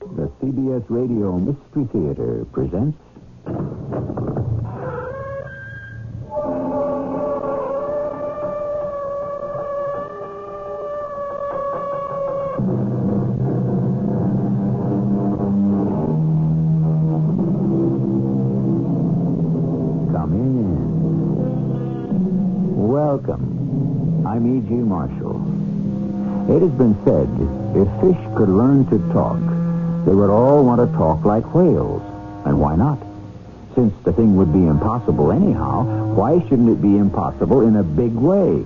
The CBS Radio Mystery Theater presents. Come in. Welcome. I'm E.G. Marshall. It has been said if fish could learn to talk, they would all want to talk like whales. And why not? Since the thing would be impossible anyhow, why shouldn't it be impossible in a big way?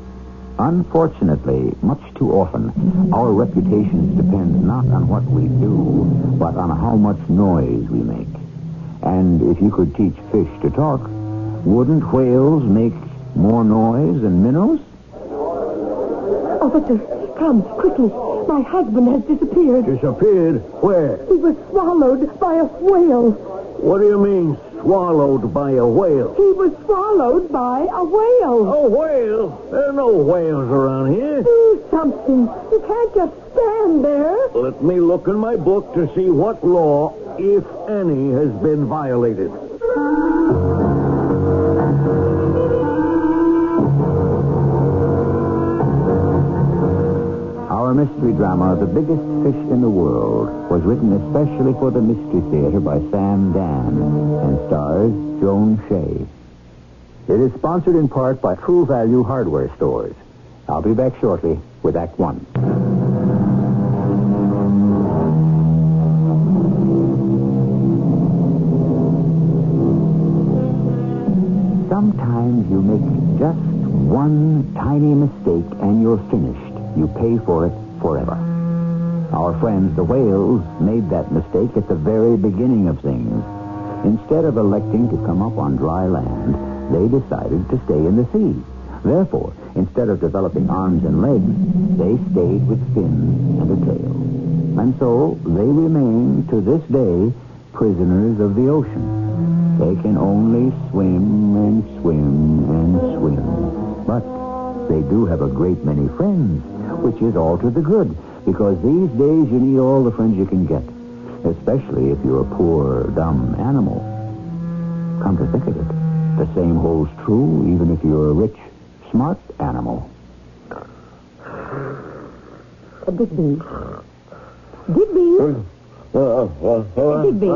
Unfortunately, much too often, our reputations depend not on what we do, but on how much noise we make. And if you could teach fish to talk, wouldn't whales make more noise than minnows? Officer, Oh, come, quickly. My husband has disappeared. Disappeared? Where? He was swallowed by a whale. What do you mean, swallowed by a whale? He was swallowed by a whale. A whale? There are no whales around here. Do something. You can't just stand there. Let me look in my book to see what law, if any, has been violated. Our mystery drama, The Biggest Fish in the World, was written especially for the Mystery Theater by Sam Dan and stars Joan Shea. It is sponsored in part by True Value Hardware Stores. I'll be back shortly with Act One. Sometimes you make just one tiny mistake and you're finished. You pay for it forever. Our friends, the whales, made that mistake at the very beginning of things. Instead of electing to come up on dry land, they decided to stay in the sea. Therefore, instead of developing arms and legs, they stayed with fins and a tail. And so they remain to this day prisoners of the ocean. They can only swim and swim and swim. But they do have a great many friends, which is all to the good, because these days you need all the friends you can get, especially if you're a poor, dumb animal. Come to think of it, the same holds true even if you're a rich, smart animal. Uh, Digby. Digby, Uh, Digby.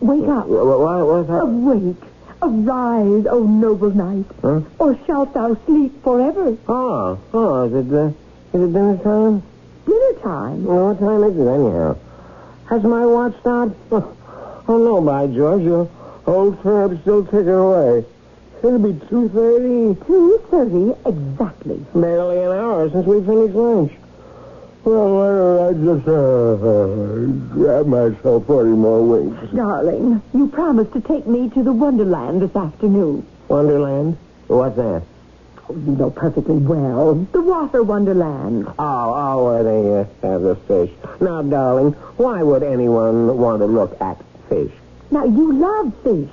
wake up. Awake. Arise, O noble knight. Huh? Or shalt thou sleep forever? Ah, ah, is it, uh, is it dinner time? Dinner time. Well, what time is it, anyhow? Has my watch stopped? Oh, no, by George, your old Fab's still ticking away. It'll be 2.30. 2.30 exactly. Barely an hour since we finished lunch. Well, why don't I just uh, grab myself 40 more wings? Darling, you promised to take me to the Wonderland this afternoon. Wonderland? What's that? Oh, you know perfectly well. The water Wonderland. Oh, oh, where they uh, have the fish. Now, darling, why would anyone want to look at fish? Now, you love fish.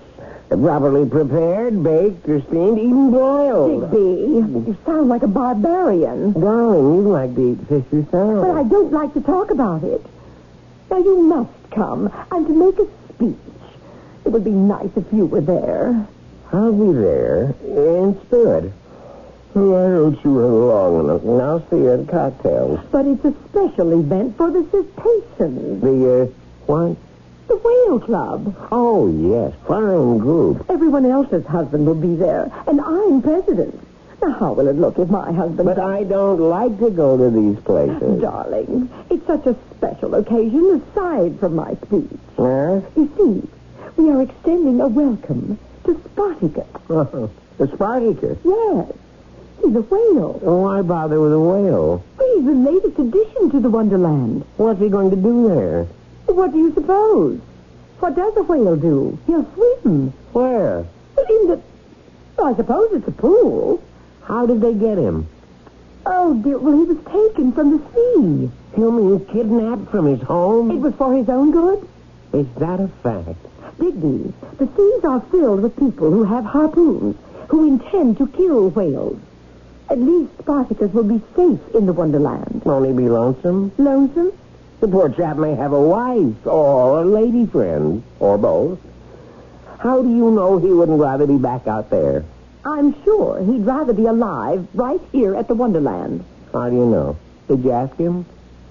Properly prepared, baked, or steamed, even boiled. Digby, you sound like a barbarian. Darling, you like to eat fish yourself. But I don't like to talk about it. Now, you must come. I'm to make a speech. It would be nice if you were there. I'll be there in spirit. Why don't you run long enough? And I'll see you at cocktails. But it's a special event for the cetaceans. The, uh, what? The Whale Club. Oh, yes, fine group. Everyone else's husband will be there, and I'm president. Now, how will it look if my husband... But I don't like to go to these places. Darling, it's such a special occasion aside from my speech. Huh? You see, we are extending a welcome to Spartacus. the Spartacus. Yes, he's a whale. Why bother with a whale? He's the latest addition to the Wonderland. What's he going to do there? What do you suppose? What does a whale do? He'll swim. Where? Well, In the... I suppose it's a pool. How did they get him? Oh, dear. Well, he was taken from the sea. You mean kidnapped from his It home? was for his own good. Is that a fact? Digby, the seas are filled with people who have harpoons, who intend to kill whales. At least Spartacus will be safe in the Wonderland. Won't he be lonesome? Lonesome? The poor chap may have a wife or a lady friend or both. How do you know he wouldn't rather be back out there? I'm sure he'd rather be alive right here at the Wonderland. How do you know? Did you ask him?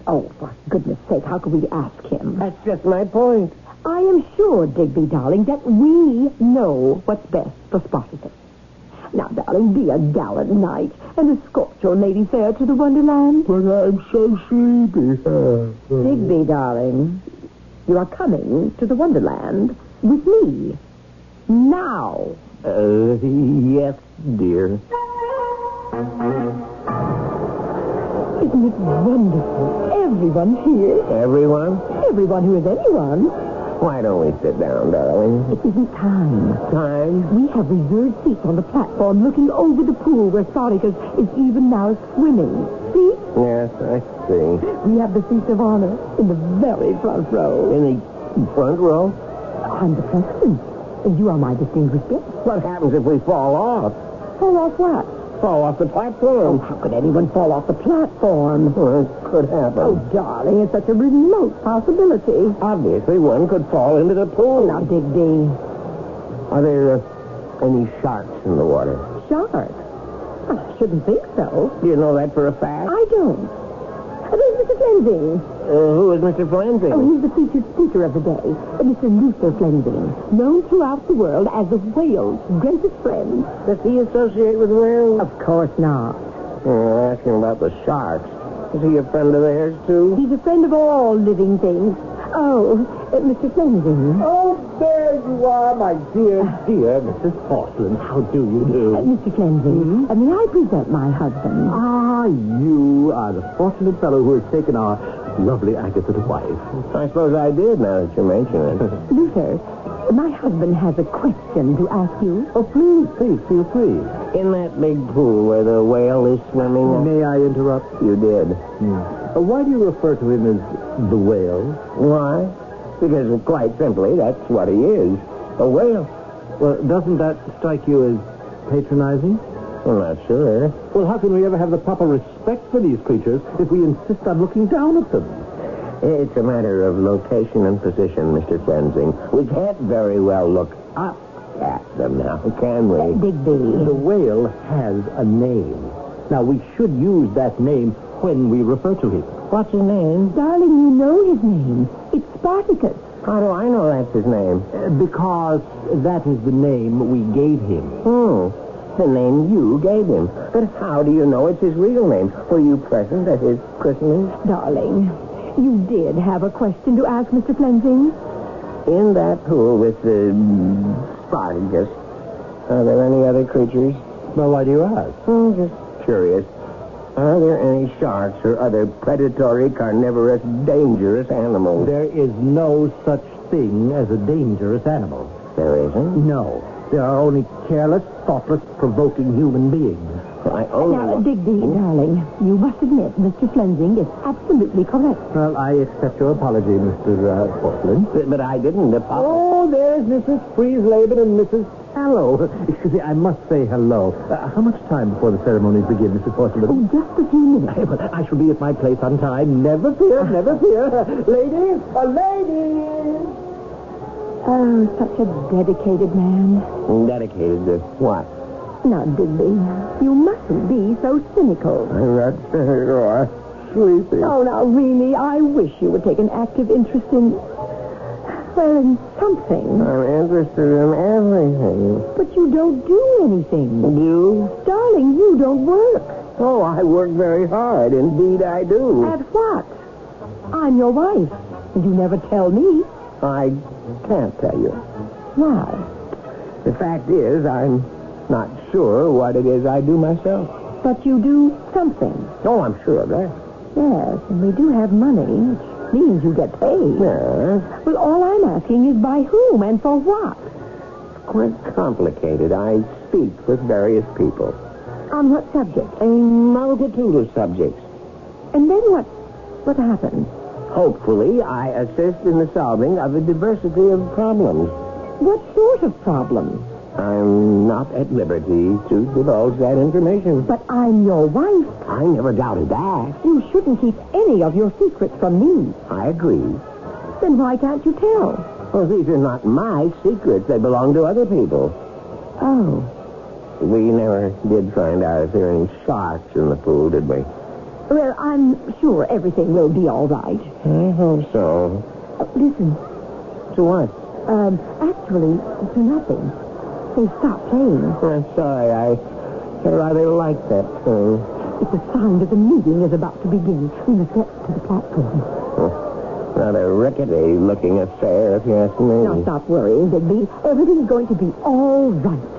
Oh, for goodness sake, how could we ask him? That's just my point. I am sure, Digby, darling, that we know what's best for Spartacus. Now, darling, be a gallant knight and escort your lady fair to the Wonderland. But I'm so sleepy. Digby, darling, you are coming to the Wonderland with me. Now. Uh, yes, dear. Isn't it wonderful? Everyone's here. Everyone? Everyone who is anyone. Why don't we sit down, darling? It isn't time. Time? We have reserved seats on the platform looking over the pool where Spartacus is even now swimming. See? Yes, I see. We have the seats of honor in the very front row. In the front row? I'm the president. and You are my distinguished guest. What happens if we fall off? Fall off what? Fall off the Oh, platform? how could anyone fall off the platform? Well, it could Oh, happen. darling, it's such a remote possibility. Obviously, one could fall into the pool. Now, Digby, Are there uh, any sharks in the water? sharks. I shouldn't think so. Do you know that for a fact? I don't. Uh, There's Mr. Flensing. Uh, who is Mr. Flansing? Oh, he's the featured speaker of the day, uh, Mr. Luther Flensing, known throughout the world as the whale's greatest friend. Oh. Does he associate with whales? Of course not. Oh, ask him about the sharks. Is he a friend of theirs, too? He's a friend of all living things. Oh, uh, Mr. Flensing. Oh, there you are, my dear, dear Mrs. Portland. How do you Uh, do? Mr. Flensing, uh, may I present my husband? Oh. Ah, you are the fortunate fellow who has taken our lovely Agatha to wife. I suppose I did, now that you mention it. Luther, my husband has a question to ask you. Oh, please, please, feel free. In that big pool where the whale is swimming, May I interrupt? you did. Uh, why do you refer to him as the whale? Why? Because, quite simply, that's what he is. A whale. Well, doesn't that strike you as patronizing? I'm not sure. Well, how can we ever have the proper respect for these creatures if we insist on looking down at them? It's a matter of location and position, Mr. Cleansing. We can't very well look up at them now, can we? The Digby. whale has a name. Now, we should use that name when we refer to him. What's his name? Darling, you know his name. It's Spartacus. How do I know that's his name? Uh, Because that is the name we gave him. Hmm. The name you gave him. But how do you know it's his real name? Were you present at his christening? Darling, you did have a question to ask Mr. Flensing. In that pool with the mm, Spartacus. Are there any other creatures? Well, why do you ask? Hmm, just curious. Are there any sharks or other predatory, carnivorous, dangerous animals? There is no such thing as a dangerous animal. there isn't. No. There are only careless, thoughtless, provoking human beings. I only Now, Digby, darling, you must admit Mr. Flensing is absolutely correct. Well, I accept your apology, Mr. Uh, Portland. But, but I didn't apologize. Oh, there's Mrs. Friesleben and Mrs. Hallow. Excuse me, I must say hello. Uh, how much time before the ceremonies begin, Mrs. Portland? Oh, just a few minutes. Hey, well, I shall be at my place on time. Never fear, never fear. ladies, a lady! Oh, such a dedicated man. Dedicated to what? Now, Digby, you mustn't be so cynical. I'm not sure. Sleepy. Oh, now, really, I wish you would take an active interest in, well, in something. I'm interested in everything. But you don't do anything. You? Darling, you don't work. Oh, I work very hard. Indeed, I do. At what? I'm your wife. You never tell me. I can't tell you. Why? The fact is, I'm not sure what it is I do myself. But you do something. Oh, I'm sure of that. Yes, and we do have money, which means you get paid. Yes. Well, all I'm asking is by whom and for what? It's quite complicated. I speak with various people. On what subject? A multitude of subjects. And then what? What happens? Hopefully, I assist in the solving of a diversity of problems. What sort of problem? I'm not at liberty to divulge that information. But I'm your wife. I never doubted that. You shouldn't keep any of your secrets from me. I agree. Then why can't you tell? Well, these are not my secrets. They belong to other people. Oh. We never did find ours there any sharks in the pool, did we? Well, I'm sure everything will be all right. I hope so. Uh, listen, To what? um, actually, to nothing. They stopped playing. I'm sorry. I rather like that thing. It's a sign that the meeting is about to begin. We must get to the platform. Rather rickety-looking affair, if you ask me. Now stop worrying, Digby. Everything's going to be all right.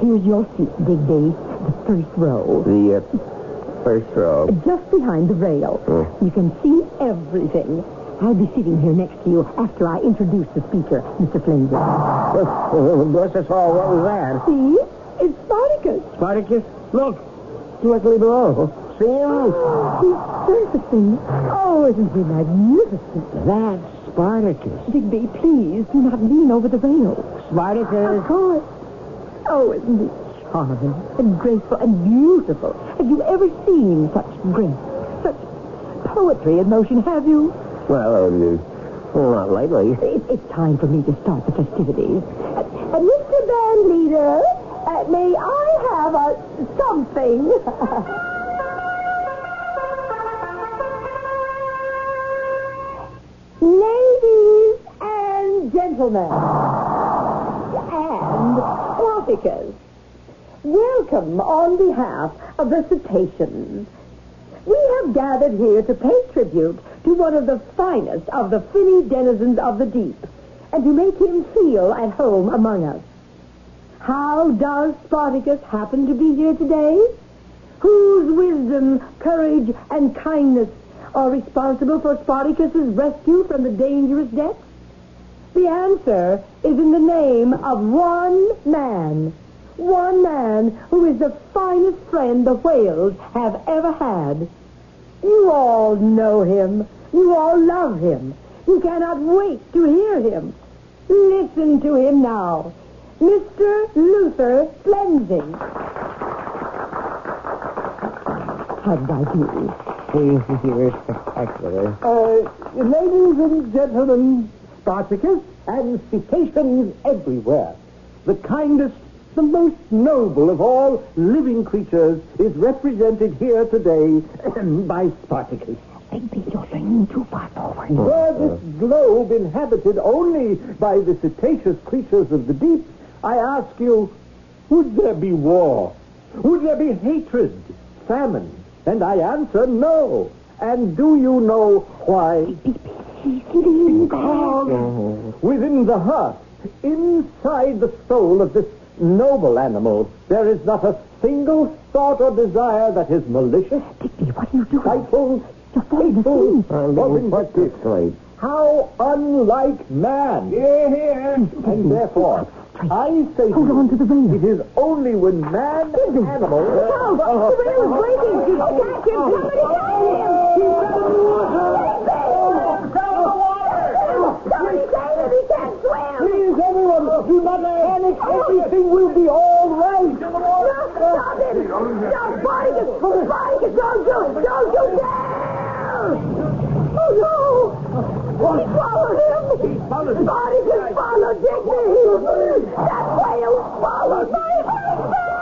Here's your seat, Digby. The first row. The uh, first row. Just behind the rail. Hmm. You can see everything. I'll be sitting here next to you after I introduce the speaker, Mr. Flanger. Bless us all, what was that? See? It's Spartacus. Spartacus, look, directly below. See him? He's surfacing. Oh, isn't he magnificent? That's Spartacus. Digby, please do not lean over the rail. Of Spartacus. course. Oh, isn't he charming and graceful and beautiful? Have you ever seen such grace, such poetry in motion, have you? Well, uh, well, not lately. It, it's time for me to start the festivities. Uh, uh, Mr. Band Leader, uh, may I have a something? Ladies and gentlemen, and traffickers, welcome on behalf of the cetaceans. We have gathered here to pay tribute to one of the finest of the finny denizens of the deep, and to make him feel at home among us. How does Spartacus happen to be here today? Whose wisdom, courage, and kindness are responsible for Spartacus's rescue from the dangerous depths? The answer is in the name of one man. One man who is the finest friend the whales have ever had. You all know him. You all love him. You cannot wait to hear him. Listen to him now. Mr. Luther Flensing. Hugged by you. He, he was spectacular. Uh, ladies and gentlemen, Spartacus and cetaceans everywhere. The kindest, the most noble of all living creatures is represented here today by Spartacus. Baby, you're leaning too far forward. Were this globe inhabited only by the cetaceous creatures of the deep, I ask you, would there be war? Would there be hatred, famine? And I answer no. And do you know why? Dog. Within the heart, inside the soul of this noble animal, there is not a single thought or desire that is malicious, Digby, what are you doing? spiteful, You're falling asleep. I'm being put to sleep. how unlike man. And therefore, I say Hold to you, on to the rail. it is only when man and animal... Oh, No, the rail is breaking. Catch him. Somebody catch him. Somebody save him. He can't swim. Please, everyone, do not panic. Everything will be all right. Stop him. Stop Spartacus. Spartacus, don't do it. Don't you dare. Oh, no. He followed him. Spartacus followed Digby. That whale followed my husband.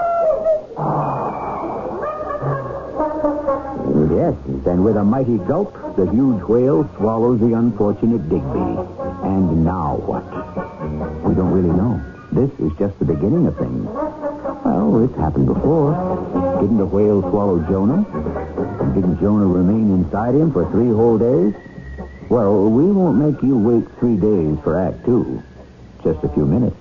Yes, and with a mighty gulp, the huge whale swallows the unfortunate Digby. And now what? We don't really know. This is just the beginning of things. Well, it's happened before. Didn't the whale swallow Jonah? And didn't Jonah remain inside him for three whole days? Well, we won't make you wait three days for Act Two. Just a few minutes.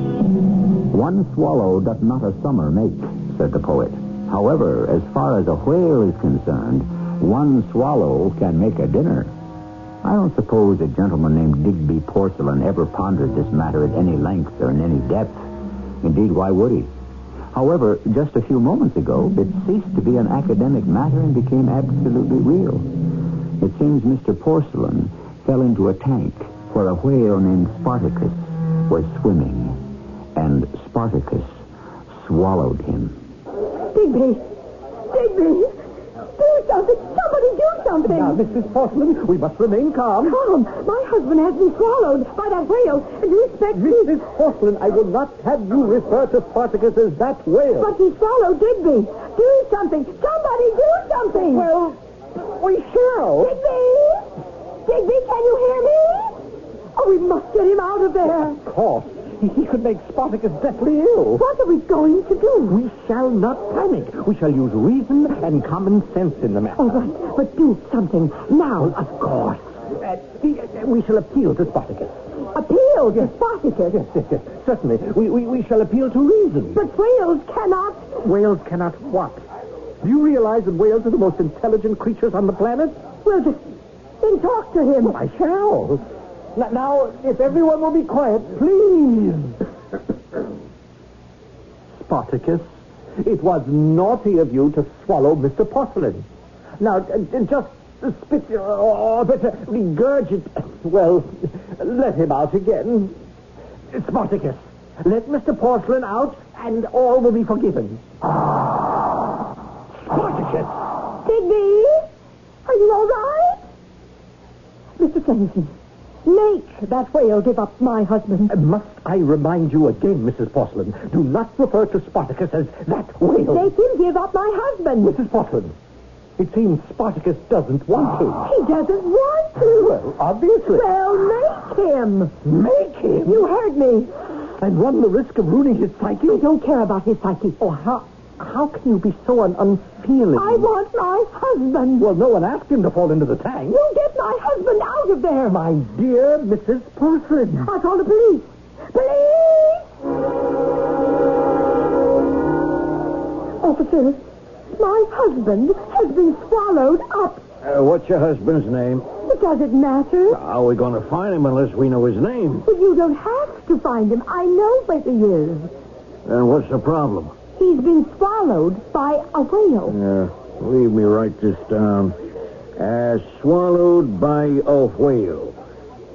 One swallow doth not a summer make, said the poet. However, as far as a whale is concerned, one swallow can make a dinner. I don't suppose a gentleman named Digby Porcelain ever pondered this matter at any length or in any depth. Indeed, why would he? However, just a few moments ago, it ceased to be an academic matter and became absolutely real. It seems Mr. Porcelain fell into a tank where a whale named Spartacus was swimming, and Spartacus swallowed him. Digby! Digby! Do something! Somebody do something! Now, Mrs. Porcelain, we must remain calm. Tom, my husband has been swallowed by that whale. Do you expect me? Mrs. Porcelain, I will not have you refer to Spartacus as that whale. But he swallowed Digby. Do something! Somebody do something! Well, we shall. Digby! Digby, can you hear me? Oh, we must get him out of there. Of course. He could make Spartacus deathly ill. What are we going to do? We shall not panic. We shall use reason and common sense in the matter. Oh, All right, but do something now. Of course. Uh, the- uh, we shall appeal to Spartacus. Appeal to Spartacus. Yes, yes, yes. Certainly. We, we, we shall appeal to reason. But whales cannot. Whales cannot what? Do you realize that whales are the most intelligent creatures on the planet? Oh, Well, just then talk to him. I shall. N- now, if everyone will be quiet, please. Spartacus, it was naughty of you to swallow Mr. Porcelain. Now, d- d- just spit your, or better, regurgitate. Well, let him out again. Spartacus, let Mr. Porcelain out, and all will be forgiven. Spartacus! Digby, are you all right? Mr. Flemington, make that whale give up my husband. Uh, Must I remind you again, Mrs. Porcelain, do not refer to Spartacus as that whale. Make him give up my husband. Mrs. Porcelain, it seems Spartacus doesn't want to. He doesn't want to. Well, obviously. Well, make him. Make him You heard me. and run the risk of ruining his psyche. I don't care about his psyche. Oh, how, how can you be so un- unfeeling? I want my husband. Well, no one asked him to fall into the tank. You get my husband out of there. My dear Mrs. Porcelain. I call the police. Police! Officer, my husband has been swallowed up. Uh, what's your husband's name? But does it matter? How are we going to find him unless we know his name? But you don't have to find him. I know where he is. Then what's the problem? He's been swallowed by a whale. Yeah, Uh, leave me write this down. Uh, swallowed by a whale.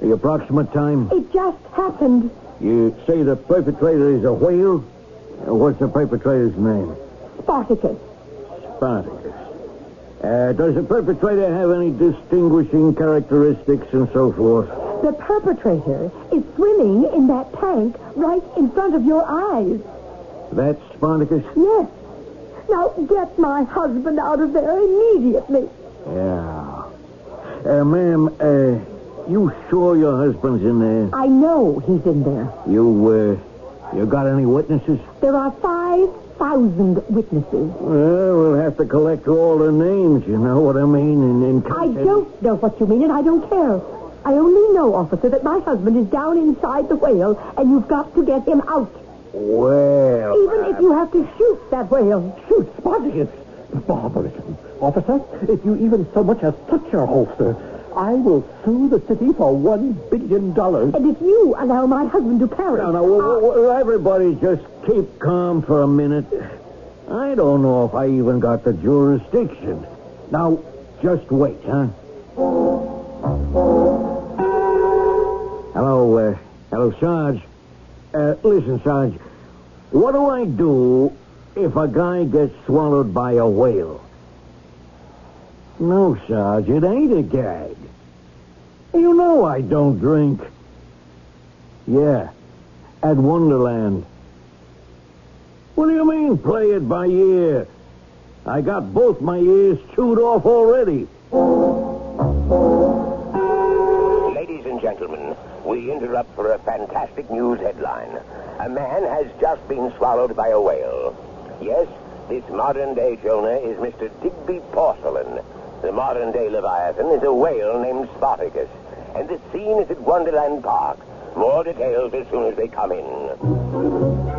The approximate time? It just happened. You say the perpetrator is a whale? Uh, What's the perpetrator's name? Spartacus. Spartacus. Uh, does the perpetrator have any distinguishing characteristics and so forth? The perpetrator is swimming in that tank right in front of your eyes. That's Spartacus? Yes. Now get my husband out of there immediately. Yeah. Uh, ma'am, uh, you sure your husband's in there? I know he's in there. You, uh, you got any witnesses? There are 5,000 witnesses. Well, we'll have to collect all the names, you know what I mean? And then I don't know what you mean, and I don't care. I only know, officer, that my husband is down inside the whale, and you've got to get him out. Well, uh, Even if you have to shoot that whale. Shoot, Spartacus. Barbarism. Officer, if you even so much as touch your holster, I will sue the city for one billion dollars. And if you allow my husband to perish. No, no, well, well, well, everybody just keep calm for a minute. I don't know if I even got the jurisdiction. Now, just wait, huh? Hello, uh, hello, Sarge. Uh, listen, Sarge, what do I do if a guy gets swallowed by a whale? No, Sarge, it ain't a gag. You know I don't drink. Yeah, at Wonderland. What do you mean, play it by ear? I got both my ears chewed off already. Ladies and gentlemen, we interrupt for a fantastic news headline. A man has just been swallowed by a whale. Yes, this modern day Jonah is Mr. Digby Porcelain. The modern day Leviathan is a whale named Spartacus. And the scene is at Wonderland Park. More details as soon as they come in.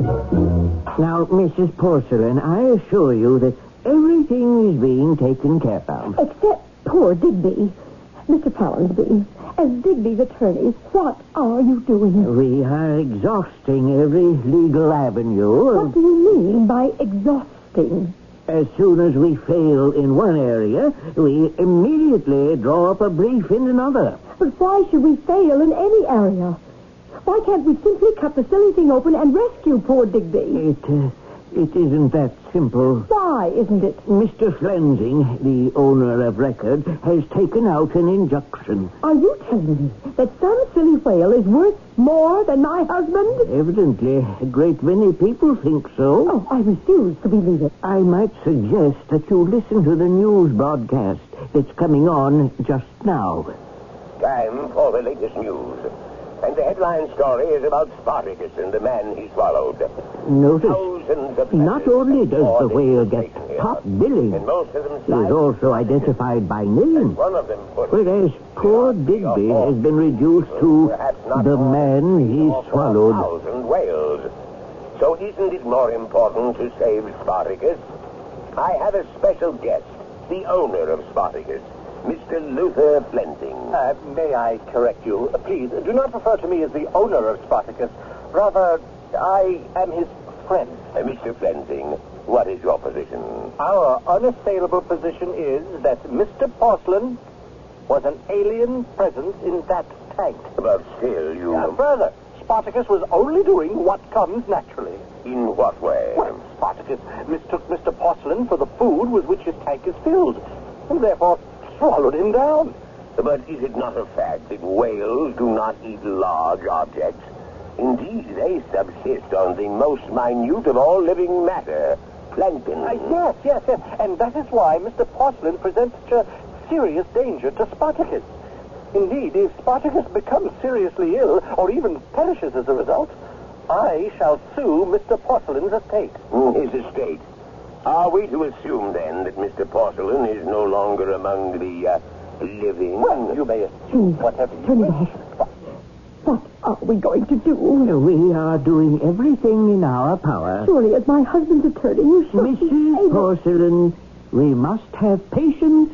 Now, Mrs. Porcelain, I assure you that everything is being taken care of. Except poor Digby. Mr. Powensby. as Digby's attorneys, what are you doing here? We are exhausting every legal avenue. What do you mean by exhausting? As soon as we fail in one area, we immediately draw up a brief in another. But why should we fail in any area? Why can't we simply cut the silly thing open and rescue poor Digby? It, uh, it isn't that simple. Why isn't it? Mr. Flensing, the owner of record, has taken out an injunction. Are you telling me that some silly whale is worth more than my husband? Evidently, a great many people think so. Oh, I refuse to believe it. I might suggest that you listen to the news broadcast that's coming on just now. Time for the latest news. And the headline story is about Spartacus and the man he swallowed. Notice Thousands of Not letters only does before the this whale was get taken here. top billing, and most of them he is signed- also identified by name. One of them put Whereas poor Digby has been reduced to Perhaps not the all man he or swallowed. 4,000 whales. So isn't it more important to save Spartacus? I have a special guest, the owner of Spartacus, Mr. Luther Flensing. Uh, may I correct you? Uh, Please, do not refer to me as the owner of Spartacus. Rather, I am his friend. Uh, Mr. Flensing, what is your position? Our unassailable position is that Mr. Porcelain was an alien presence in that tank. But still, you... Uh, further, Spartacus was only doing what comes naturally. In what way? Well, Spartacus mistook Mr. Porcelain for the food with which his tank is filled, and therefore swallowed him down. But is it not a fact that whales do not eat large objects? Indeed, they subsist on the most minute of all living matter, plankton. Uh, yes, yes, yes. And that is why Mr. Porcelain presents such a serious danger to Spartacus. Indeed, if Spartacus becomes seriously ill or even perishes as a result, I shall sue Mr. Porcelain's estate. His estate. Are we to assume, then, that Mr. Porcelain is no longer among the uh, living? Well, you may assume whatever you Turn it wish. off. What are we going to do? We are doing everything in our power. Surely, as my husband's attorney, you should be able- Mrs. Porcelain, we must have patience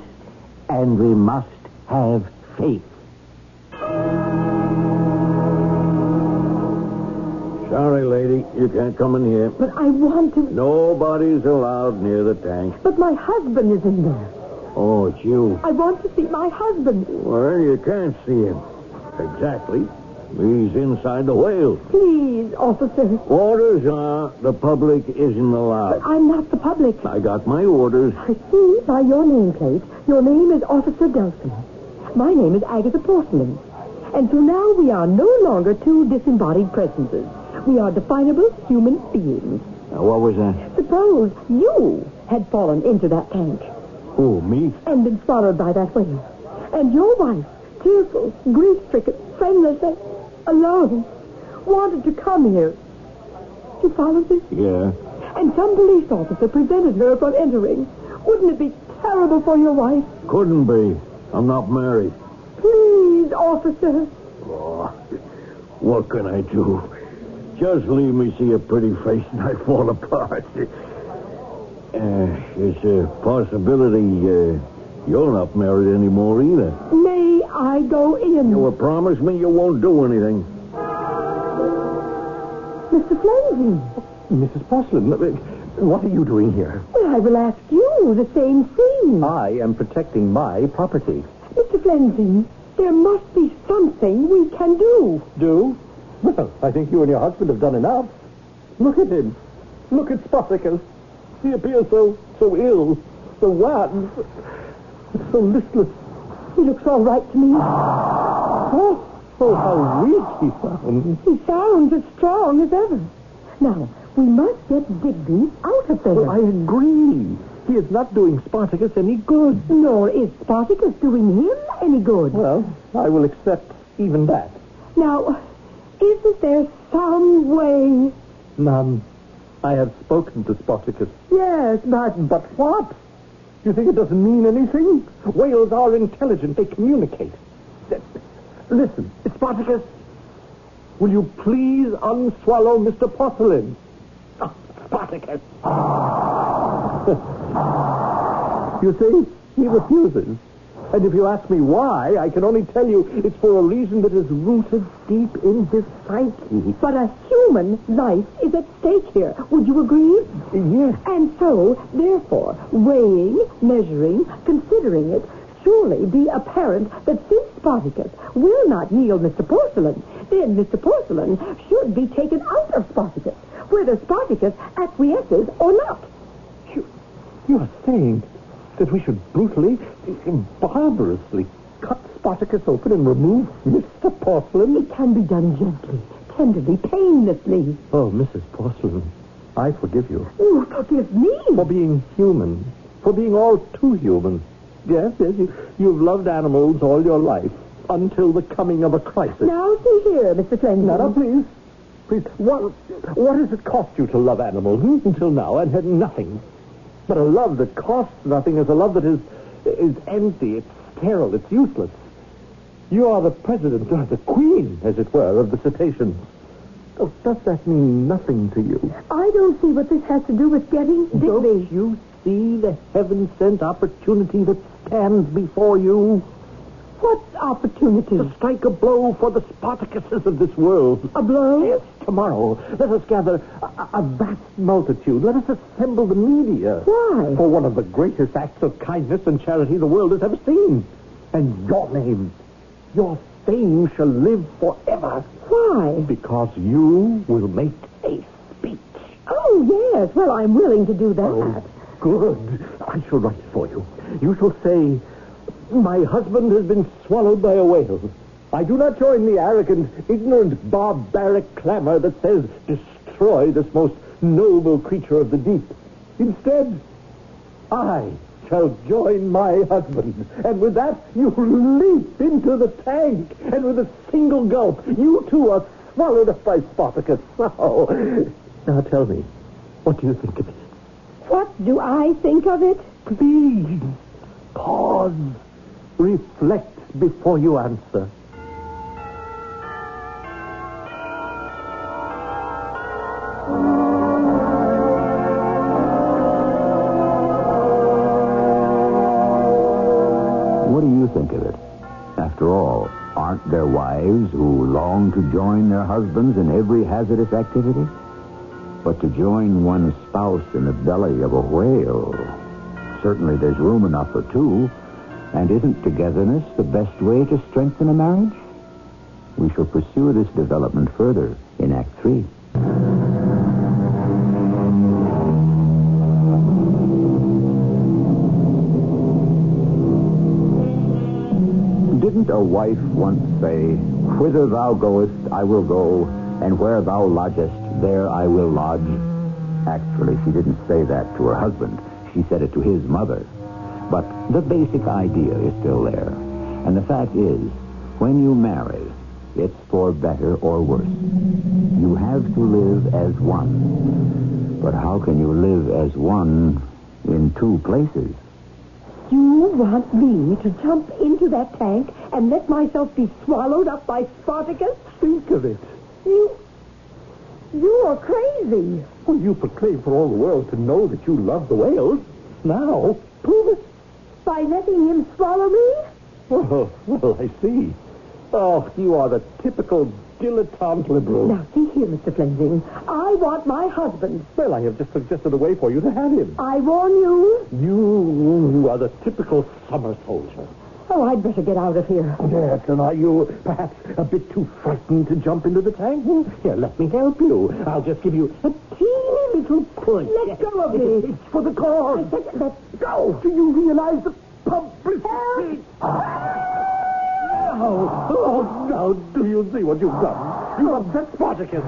and we must have faith. Sorry, lady, you can't come in here. But I want to. Nobody's allowed near the tank. But my husband is in there. Oh, it's you. I want to see my husband. Well, you can't see him. Exactly. He's inside the whale. Please, officer. Orders are the public isn't But allowed. I'm not the public. I got my orders. I see by your nameplate, your name is Officer Delphin. My name is Agatha Porcelain. And so now we are no longer two disembodied presences. We are definable human beings. Now, what was that? Suppose you had fallen into that tank Oh, me? and been swallowed by that whale. And your wife, tearful, grief-stricken, friendless, and alone, wanted to come here. You followed this? Yeah. And some police officer prevented her from entering. Wouldn't it be terrible for your wife? Couldn't be. I'm not married. Please, officer. Oh, what can I do? Just leave me see a pretty face and I fall apart. Uh, it's a possibility uh, you're not married anymore either. May I go in? You will promise me you won't do anything. Mr. Fleming. Mrs. Porcelain, what are you doing here? Well, I will ask you the same thing. I am protecting my property. Mr. Fleming, there must be something we can do. Do? Well, I think you and your husband have done enough. Look at him. Look at Spartacus. He appears so so ill, so wan, so listless. He looks all right to me. Oh, oh how weak he sounds. He sounds as strong as ever. Now, we must get Digby out of there. Well, I agree. He is not doing Spartacus any good. Nor is Spartacus doing him any good. Well, I will accept even that. Now, isn't there some way? None. I have spoken to Spartacus. Yes, but But what? You think it doesn't mean anything? Whales are intelligent. They communicate. Th- Listen, Spartacus, will you please unswallow Mr. Porcelain? Ah, Spartacus. you see, he refuses. And if you ask me why, I can only tell you it's for a reason that is rooted deep in his psyche. But a human life is at stake here. Would you agree? Yes. And so, therefore, weighing, measuring, considering it, surely be apparent that since Spartacus will not yield Mr. Porcelain, then Mr. Porcelain should be taken out of Spartacus, whether Spartacus acquiesces or not. You are saying that we should brutally, barbarously cut Spartacus open and remove Mr. Porcelain? It can be done gently, tenderly, painlessly. Oh, Mrs. Porcelain, I forgive you You forgive me. for being human, for being all too human. Yes, yes, you, you've loved animals all your life until the coming of a crisis. Now, see here, Mr. Flanagan. Now, please. Please, what, what has it cost you to love animals hmm, until now and had nothing? But a love that costs nothing is a love that is, is empty, it's sterile, it's useless. You are the president, or the queen, as it were, of the cetaceans. Oh, does that mean nothing to you? I don't see what this has to do with getting Digby. Don't you see the heaven-sent opportunity that stands before you? What opportunity? To strike a blow for the Spartacuses of this world. A blow? Yes, tomorrow. Let us gather a, a vast multitude. Let us assemble the media. Why? For one of the greatest acts of kindness and charity the world has ever seen. And your name, your fame shall live forever. Why? Because you will make a speech. Oh, yes. Well, I'm willing to do that. Oh, good. I shall write it for you. You shall say, My husband has been swallowed by a whale. I do not join the arrogant, ignorant, barbaric clamor that says, Destroy this most noble creature of the deep. Instead, I shall join my husband. And with that, you leap into the tank. And with a single gulp, you too are swallowed up by Spartacus. Oh. Now tell me, what do you think of it? What do I think of it? Please, pause. Reflect before you answer. What do you think of it? After all, aren't there wives who long to join their husbands in every hazardous activity? But to join one's spouse in the belly of a whale, certainly there's room enough for two. And isn't togetherness the best way to strengthen a marriage? We shall pursue this development further in Act Three. Didn't a wife once say, Whither thou goest, I will go, and where thou lodgest, there I will lodge? Actually, she didn't say that to her husband. She said it to his mother. But the basic idea is still there. And the fact is, when you marry, it's for better or worse. You have to live as one. But how can you live as one in two places? You want me to jump into that tank and let myself be swallowed up by Spartacus? Think of it. You. You are crazy. Well, you proclaim for all the world to know that you love the whales. Now, prove it. By letting him swallow me? Well, Oh, well, I see. Oh, you are the typical dilettante liberal. Now, see here, Mr. Flensing. I want my husband. Well, I have just suggested a way for you to have him. I warn you. You, you are the typical summer soldier. Oh, I'd better get out of here. Yes, and are you perhaps a bit too frightened to jump into the tank? Hmm? Here, let me help you. I'll just give you a teeny little push. Let go of me. It's for the cause. I said let go. Do you realize the publicity? Help. Now, oh, now, do you see what you've done? You've upset Spartacus.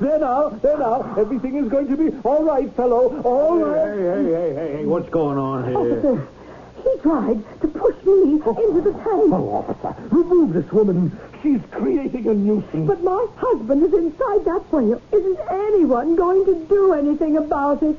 There now, there now. Everything is going to be all right, fellow. All right. hey, hey, hey, hey, what's going on here? Oh, Officer, he tried to push me into the tank. Oh, officer, remove this woman. She's creating a nuisance. But my husband is inside that whale. Isn't anyone going to do anything about it?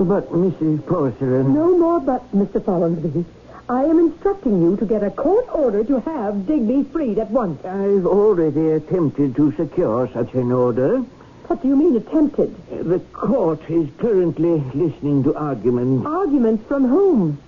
But, Mrs. Porcelain, No more but, Mr. Follansby. I am instructing you to get a court order to have Digby freed at once. I've already attempted to secure such an order. What do you mean attempted? The court is currently listening to arguments. Arguments from whom?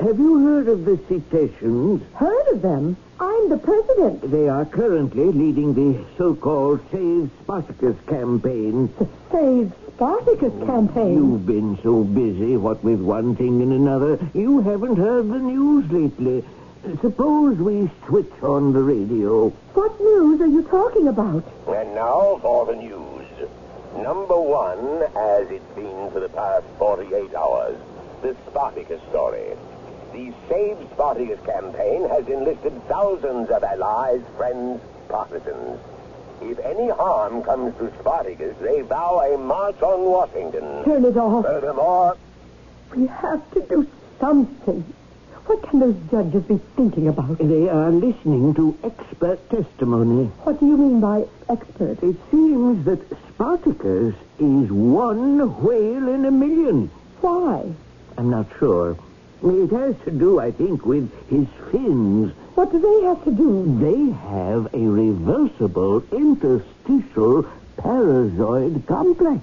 Have you heard of the citations? Heard of them? I'm the president. They are currently leading the so-called Save Spartacus campaign. The Save Spartacus Oh, campaign. You've been so busy, what with one thing and another, you haven't heard the news lately. Suppose we switch on the radio. What news are you talking about? And now for the news. Number one, as it's been for the past 48 hours, the Spartacus story. The Save Spartacus campaign has enlisted thousands of allies, friends, partisans. If any harm comes to Spartacus, they vow a march on Washington. Turn it off. Furthermore, We have to do something. What can those judges be thinking about? They are listening to expert testimony. What do you mean by expert? It seems that Spartacus is one whale in a million. Why? I'm not sure. It has to do, I think, with his fins. What do they have to do? They have a reversible interstitial parazoid complex.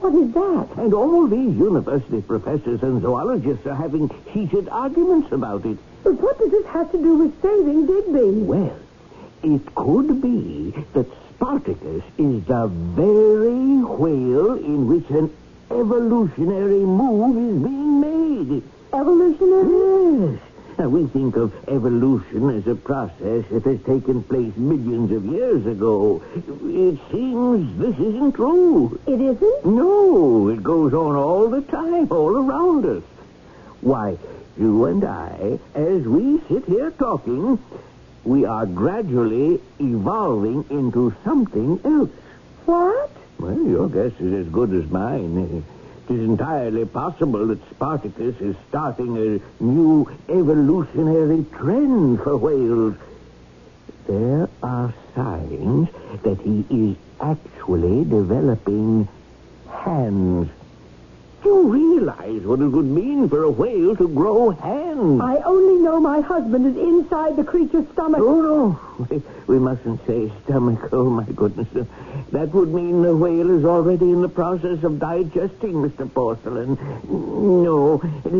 What is that? And all these university professors and zoologists are having heated arguments about it. But what does this have to do with saving Digby? Well, it could be that Spartacus is the very whale in which an evolutionary move is being made. Evolutionary? Yes. Now, we think of evolution as a process that has taken place millions of years ago. It seems this isn't true. It isn't? No, it goes on all the time, all around us. Why, you and I, as we sit here talking, we are gradually evolving into something else. What? Well, your guess is as good as mine. Uh, It is entirely possible that Spartacus is starting a new evolutionary trend for whales. There are signs that he is actually developing hands. You realize what it would mean for a whale to grow hands. I only know my husband is inside the creature's stomach. Oh, no. We, we mustn't say stomach. Oh, my goodness. That would mean the whale is already in the process of digesting, Mr. Porcelain. No,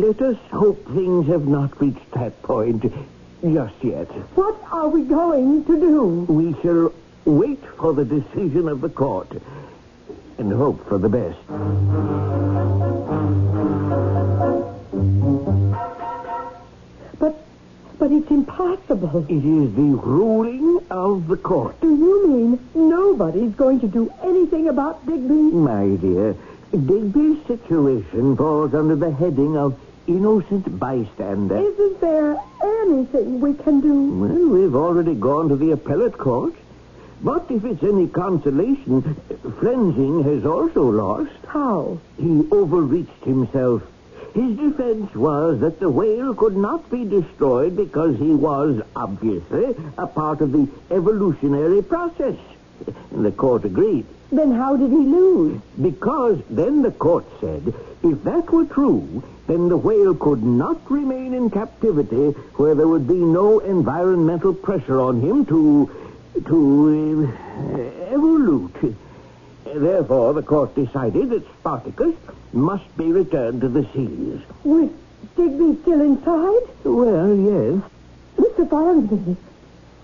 let us hope things have not reached that point just yet. What are we going to do? We shall wait for the decision of the court and hope for the best. But, but it's impossible. It is the ruling of the court. Do you mean nobody's going to do anything about Digby? My dear, Digby's situation falls under the heading of innocent bystander. Isn't there anything we can do? Well, we've already gone to the appellate court. But if it's any consolation, Flensing has also lost. How? He overreached himself. His defense was that the whale could not be destroyed because he was, obviously, a part of the evolutionary process. And the court agreed. Then how did he lose? Because then the court said if that were true, then the whale could not remain in captivity where there would be no environmental pressure on him to. to. Uh, evolute. Therefore, the court decided that Spartacus must be returned to the seas. With Digby still inside? Well, yes, Mr. Barnaby,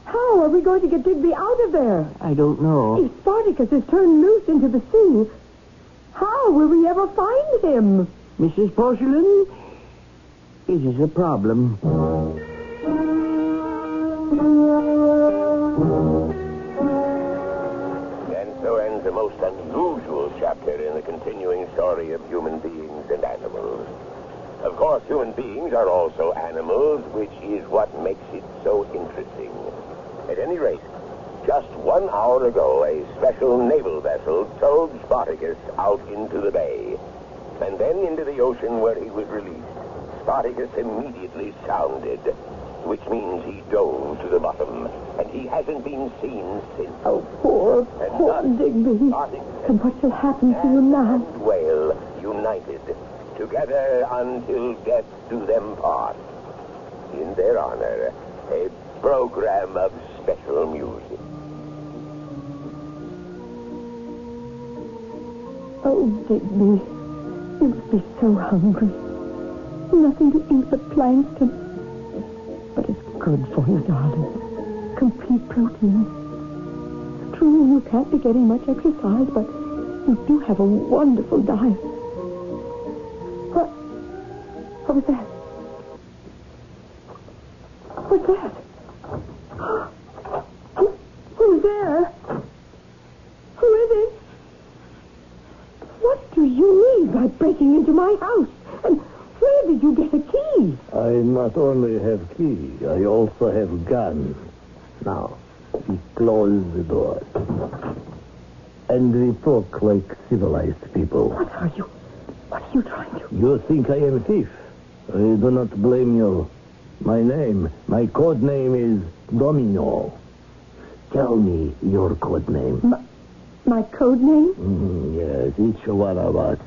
how are we going to get Digby out of there? I don't know. If Spartacus is turned loose into the sea, how will we ever find him? Mrs. Porcelain, it is a problem. And so ends the most unusual chapter in the continuing story of human beings and animals. Of course, human beings are also animals, which is what makes it so interesting. At any rate, just one hour ago, a special naval vessel towed Spartacus out into the bay, and then into the ocean where he was released. Spartacus immediately sounded, which means he dove to the bottom, and he hasn't been seen since. Oh, poor, And poor none. Digby. Spartacus And what shall happen to you now? and whale united, together until death do them part. In their honor, a program of special music. Oh, Digby, you must be so hungry. Nothing to eat but plankton. But it's good for you, darling. Complete protein. True, you can't be getting much exercise, but you do have a wonderful diet. What? What was that? What's that? Who- Who's there? Who is it? What do you mean by breaking into my house? And where did you get a key? I not only have key, I also have gun. Now, we close the door. And we talk like civilized people. What are you? What are you trying to? You think I am thief? I do not blame you. My name, my code name is Domino. Tell me your code name. My code name? Mm, yes, each one of us.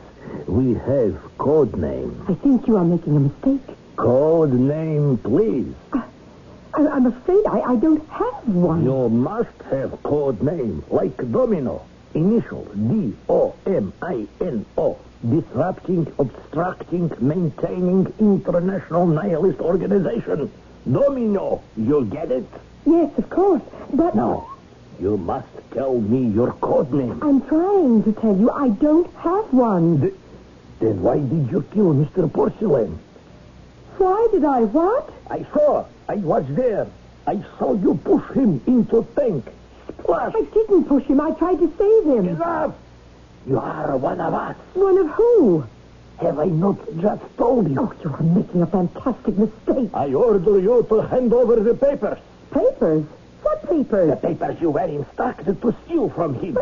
We have code name. I think you are making a mistake. Code name, please. I, I'm afraid I, I don't have one. You must have code name, like Domino. Initial D O M I N O. Disrupting, obstructing, maintaining international nihilist organization. Domino. You get it? Yes, of course. But No. You must tell me your code name. I'm trying to tell you I don't have one. Th- Then why did you kill Mr. Porcelain? Why did I what? I saw. I was there. I saw you push him into tank. Splash. I didn't push him. I tried to save him. Enough. You are one of us. One of who? Have I not just told you? Oh, you are making a fantastic mistake. I order you to hand over the papers. Papers? What The papers? papers you were instructed to steal from him.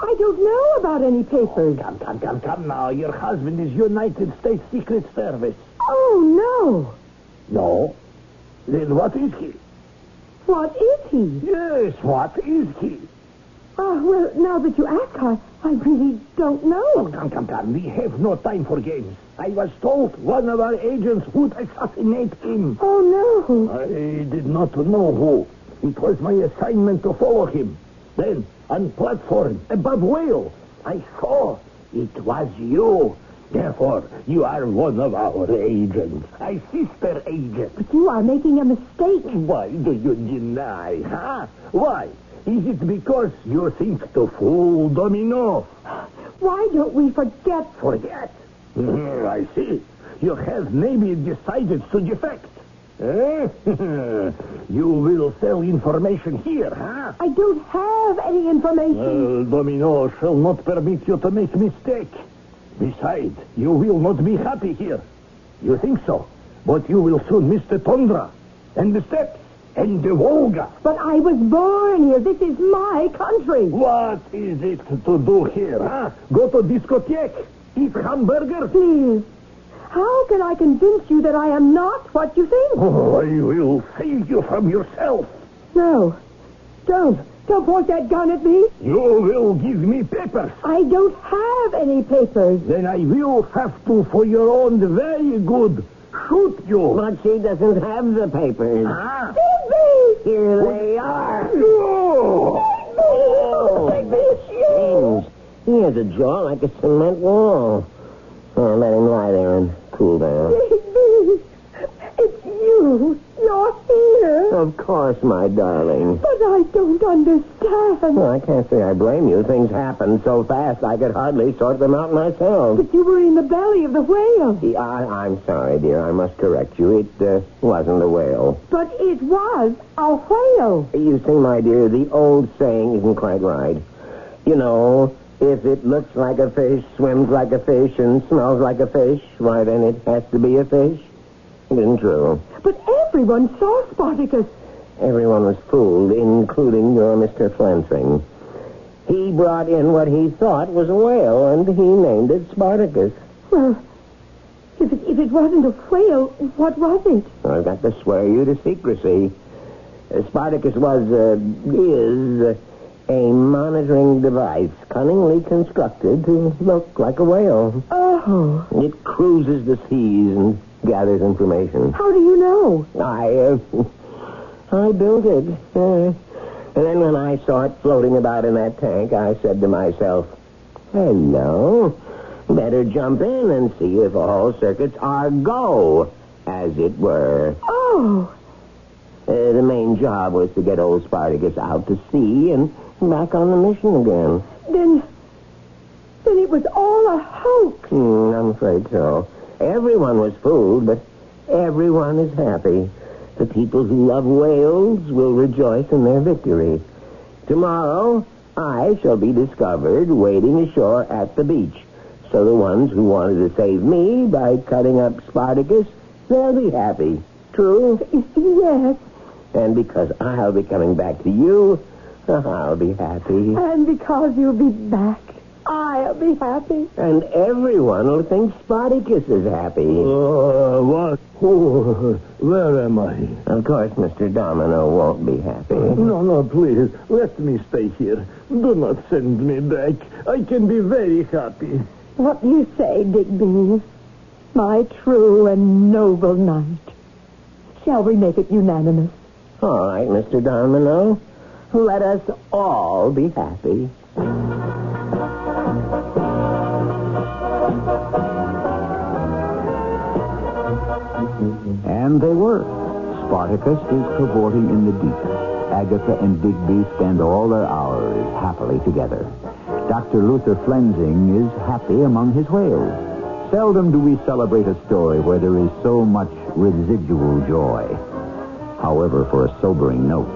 I don't know about any papers. Come, come, come, come now. Your husband is United States Secret Service. Oh, No. Then what is he? no. What is he? Yes, what is he? Ah, well, now that you ask, I, I really don't Oh, know. come, come, come. We have no time for games. I was told one of our agents would assassinate him. Oh, no. I did not know who. It was my assignment to follow him. Then, on platform, above whale, I saw it was you. Therefore, you are one of our agents, a sister agent. You are making a mistake. Why do you deny, huh? Why? Is it because you think to fool Domino? Why don't we forget? Forget? Hmm, I see. You have maybe decided to defect. Eh? you will sell information here, huh? I don't have any information. Well, Domino shall not permit you to make mistake. Besides, you will not be happy here. You think so, but you will soon miss the tundra, and the steppes, and the Volga. But I was born here. This is my country. What is it to do here, huh? Go to discotheque, eat hamburger? Please. How can I convince you that I am not what you think? Oh, I will save you from yourself. No. Don't. Don't point that gun at me. You will give me papers. I don't have any papers. Then I will have to, for your own very good, shoot you. But she doesn't have the papers. Ah. Digby! Here they are. No! Oh. Digby, it's you! James, he has a jaw like a cement wall. Oh, let him lie there and cool down. Digby! It's you! You're here! Of course, my darling. But I don't understand. Well, I can't say I blame you. Things happened so fast I could hardly sort them out myself. But you were in the belly of the whale. Yeah, I, I'm sorry, dear. I must correct you. It uh, wasn't a whale. But it was a whale. You see, my dear, the old saying isn't quite right. You know, if it looks like a fish, swims like a fish, and smells like a fish, why then it has to be a fish. It isn't true. But everyone saw Spartacus. Everyone was fooled, including your Mr. Flansing. He brought in what he thought was a whale, and he named it Spartacus. Well, if it, if it wasn't a whale, what was it? I've got to swear you to secrecy. Uh, Spartacus was, uh, is, uh, a monitoring device cunningly constructed to look like a whale. Oh. It cruises the seas and gathers information. How do you know? I, uh, I built it. Uh, and then when I saw it floating about in that tank, I said to myself, Hello. Better jump in and see if all circuits are go, as it were. Oh, Uh, the main job was to get old Spartacus out to sea and back on the mission again. then. Then it was all a hoax. Hmm, I'm afraid so. Everyone was fooled, but everyone is happy. The people who love whales will rejoice in their victory. Tomorrow, I shall be discovered wading ashore at the beach. So the ones who wanted to save me by cutting up Spartacus, they'll be happy. True? Yes, And because I'll be coming back to you, I'll be happy. and because you'll be back, I'll be happy. And everyone will think Spartacus is happy. Uh, what? where am I? Of course, Mr. Domino won't be happy. No, no, please. Let me stay here. Do not send me back. I can be very happy. What do you say, Digby? My true and noble knight. Shall we make it unanimous? All right, Mr. Domino. Let us all be happy. And they were. Spartacus is cavorting in the deep. Agatha and Digby spend all their hours happily together. Dr. Luther Flensing is happy among his whales. Seldom do we celebrate a story where there is so much residual joy. However, for a sobering note,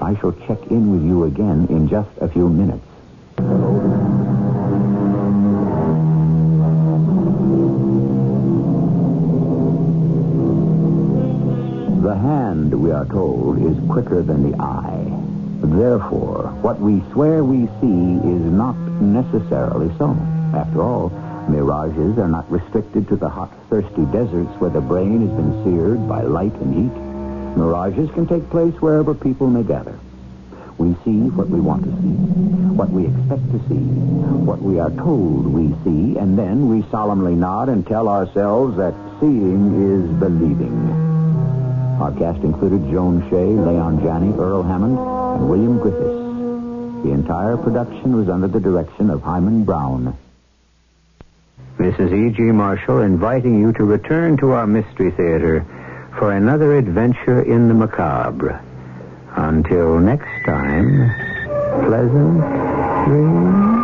I shall check in with you again in just a few minutes. The hand, we are told, is quicker than the eye. Therefore, what we swear we see is not necessarily so. After all, mirages are not restricted to the hot, thirsty deserts where the brain has been seared by light and heat. Mirages can take place wherever people may gather. We see what we want to see, what we expect to see, what we are told we see, and then we solemnly nod and tell ourselves that seeing is believing. Our cast included Joan Shea, Leon Janney, Earl Hammond, and William Griffiths. The entire production was under the direction of Hyman Brown. This is E.G. E Marshall inviting you to return to our Mystery Theater for another adventure in the macabre. Until next time, pleasant dreams.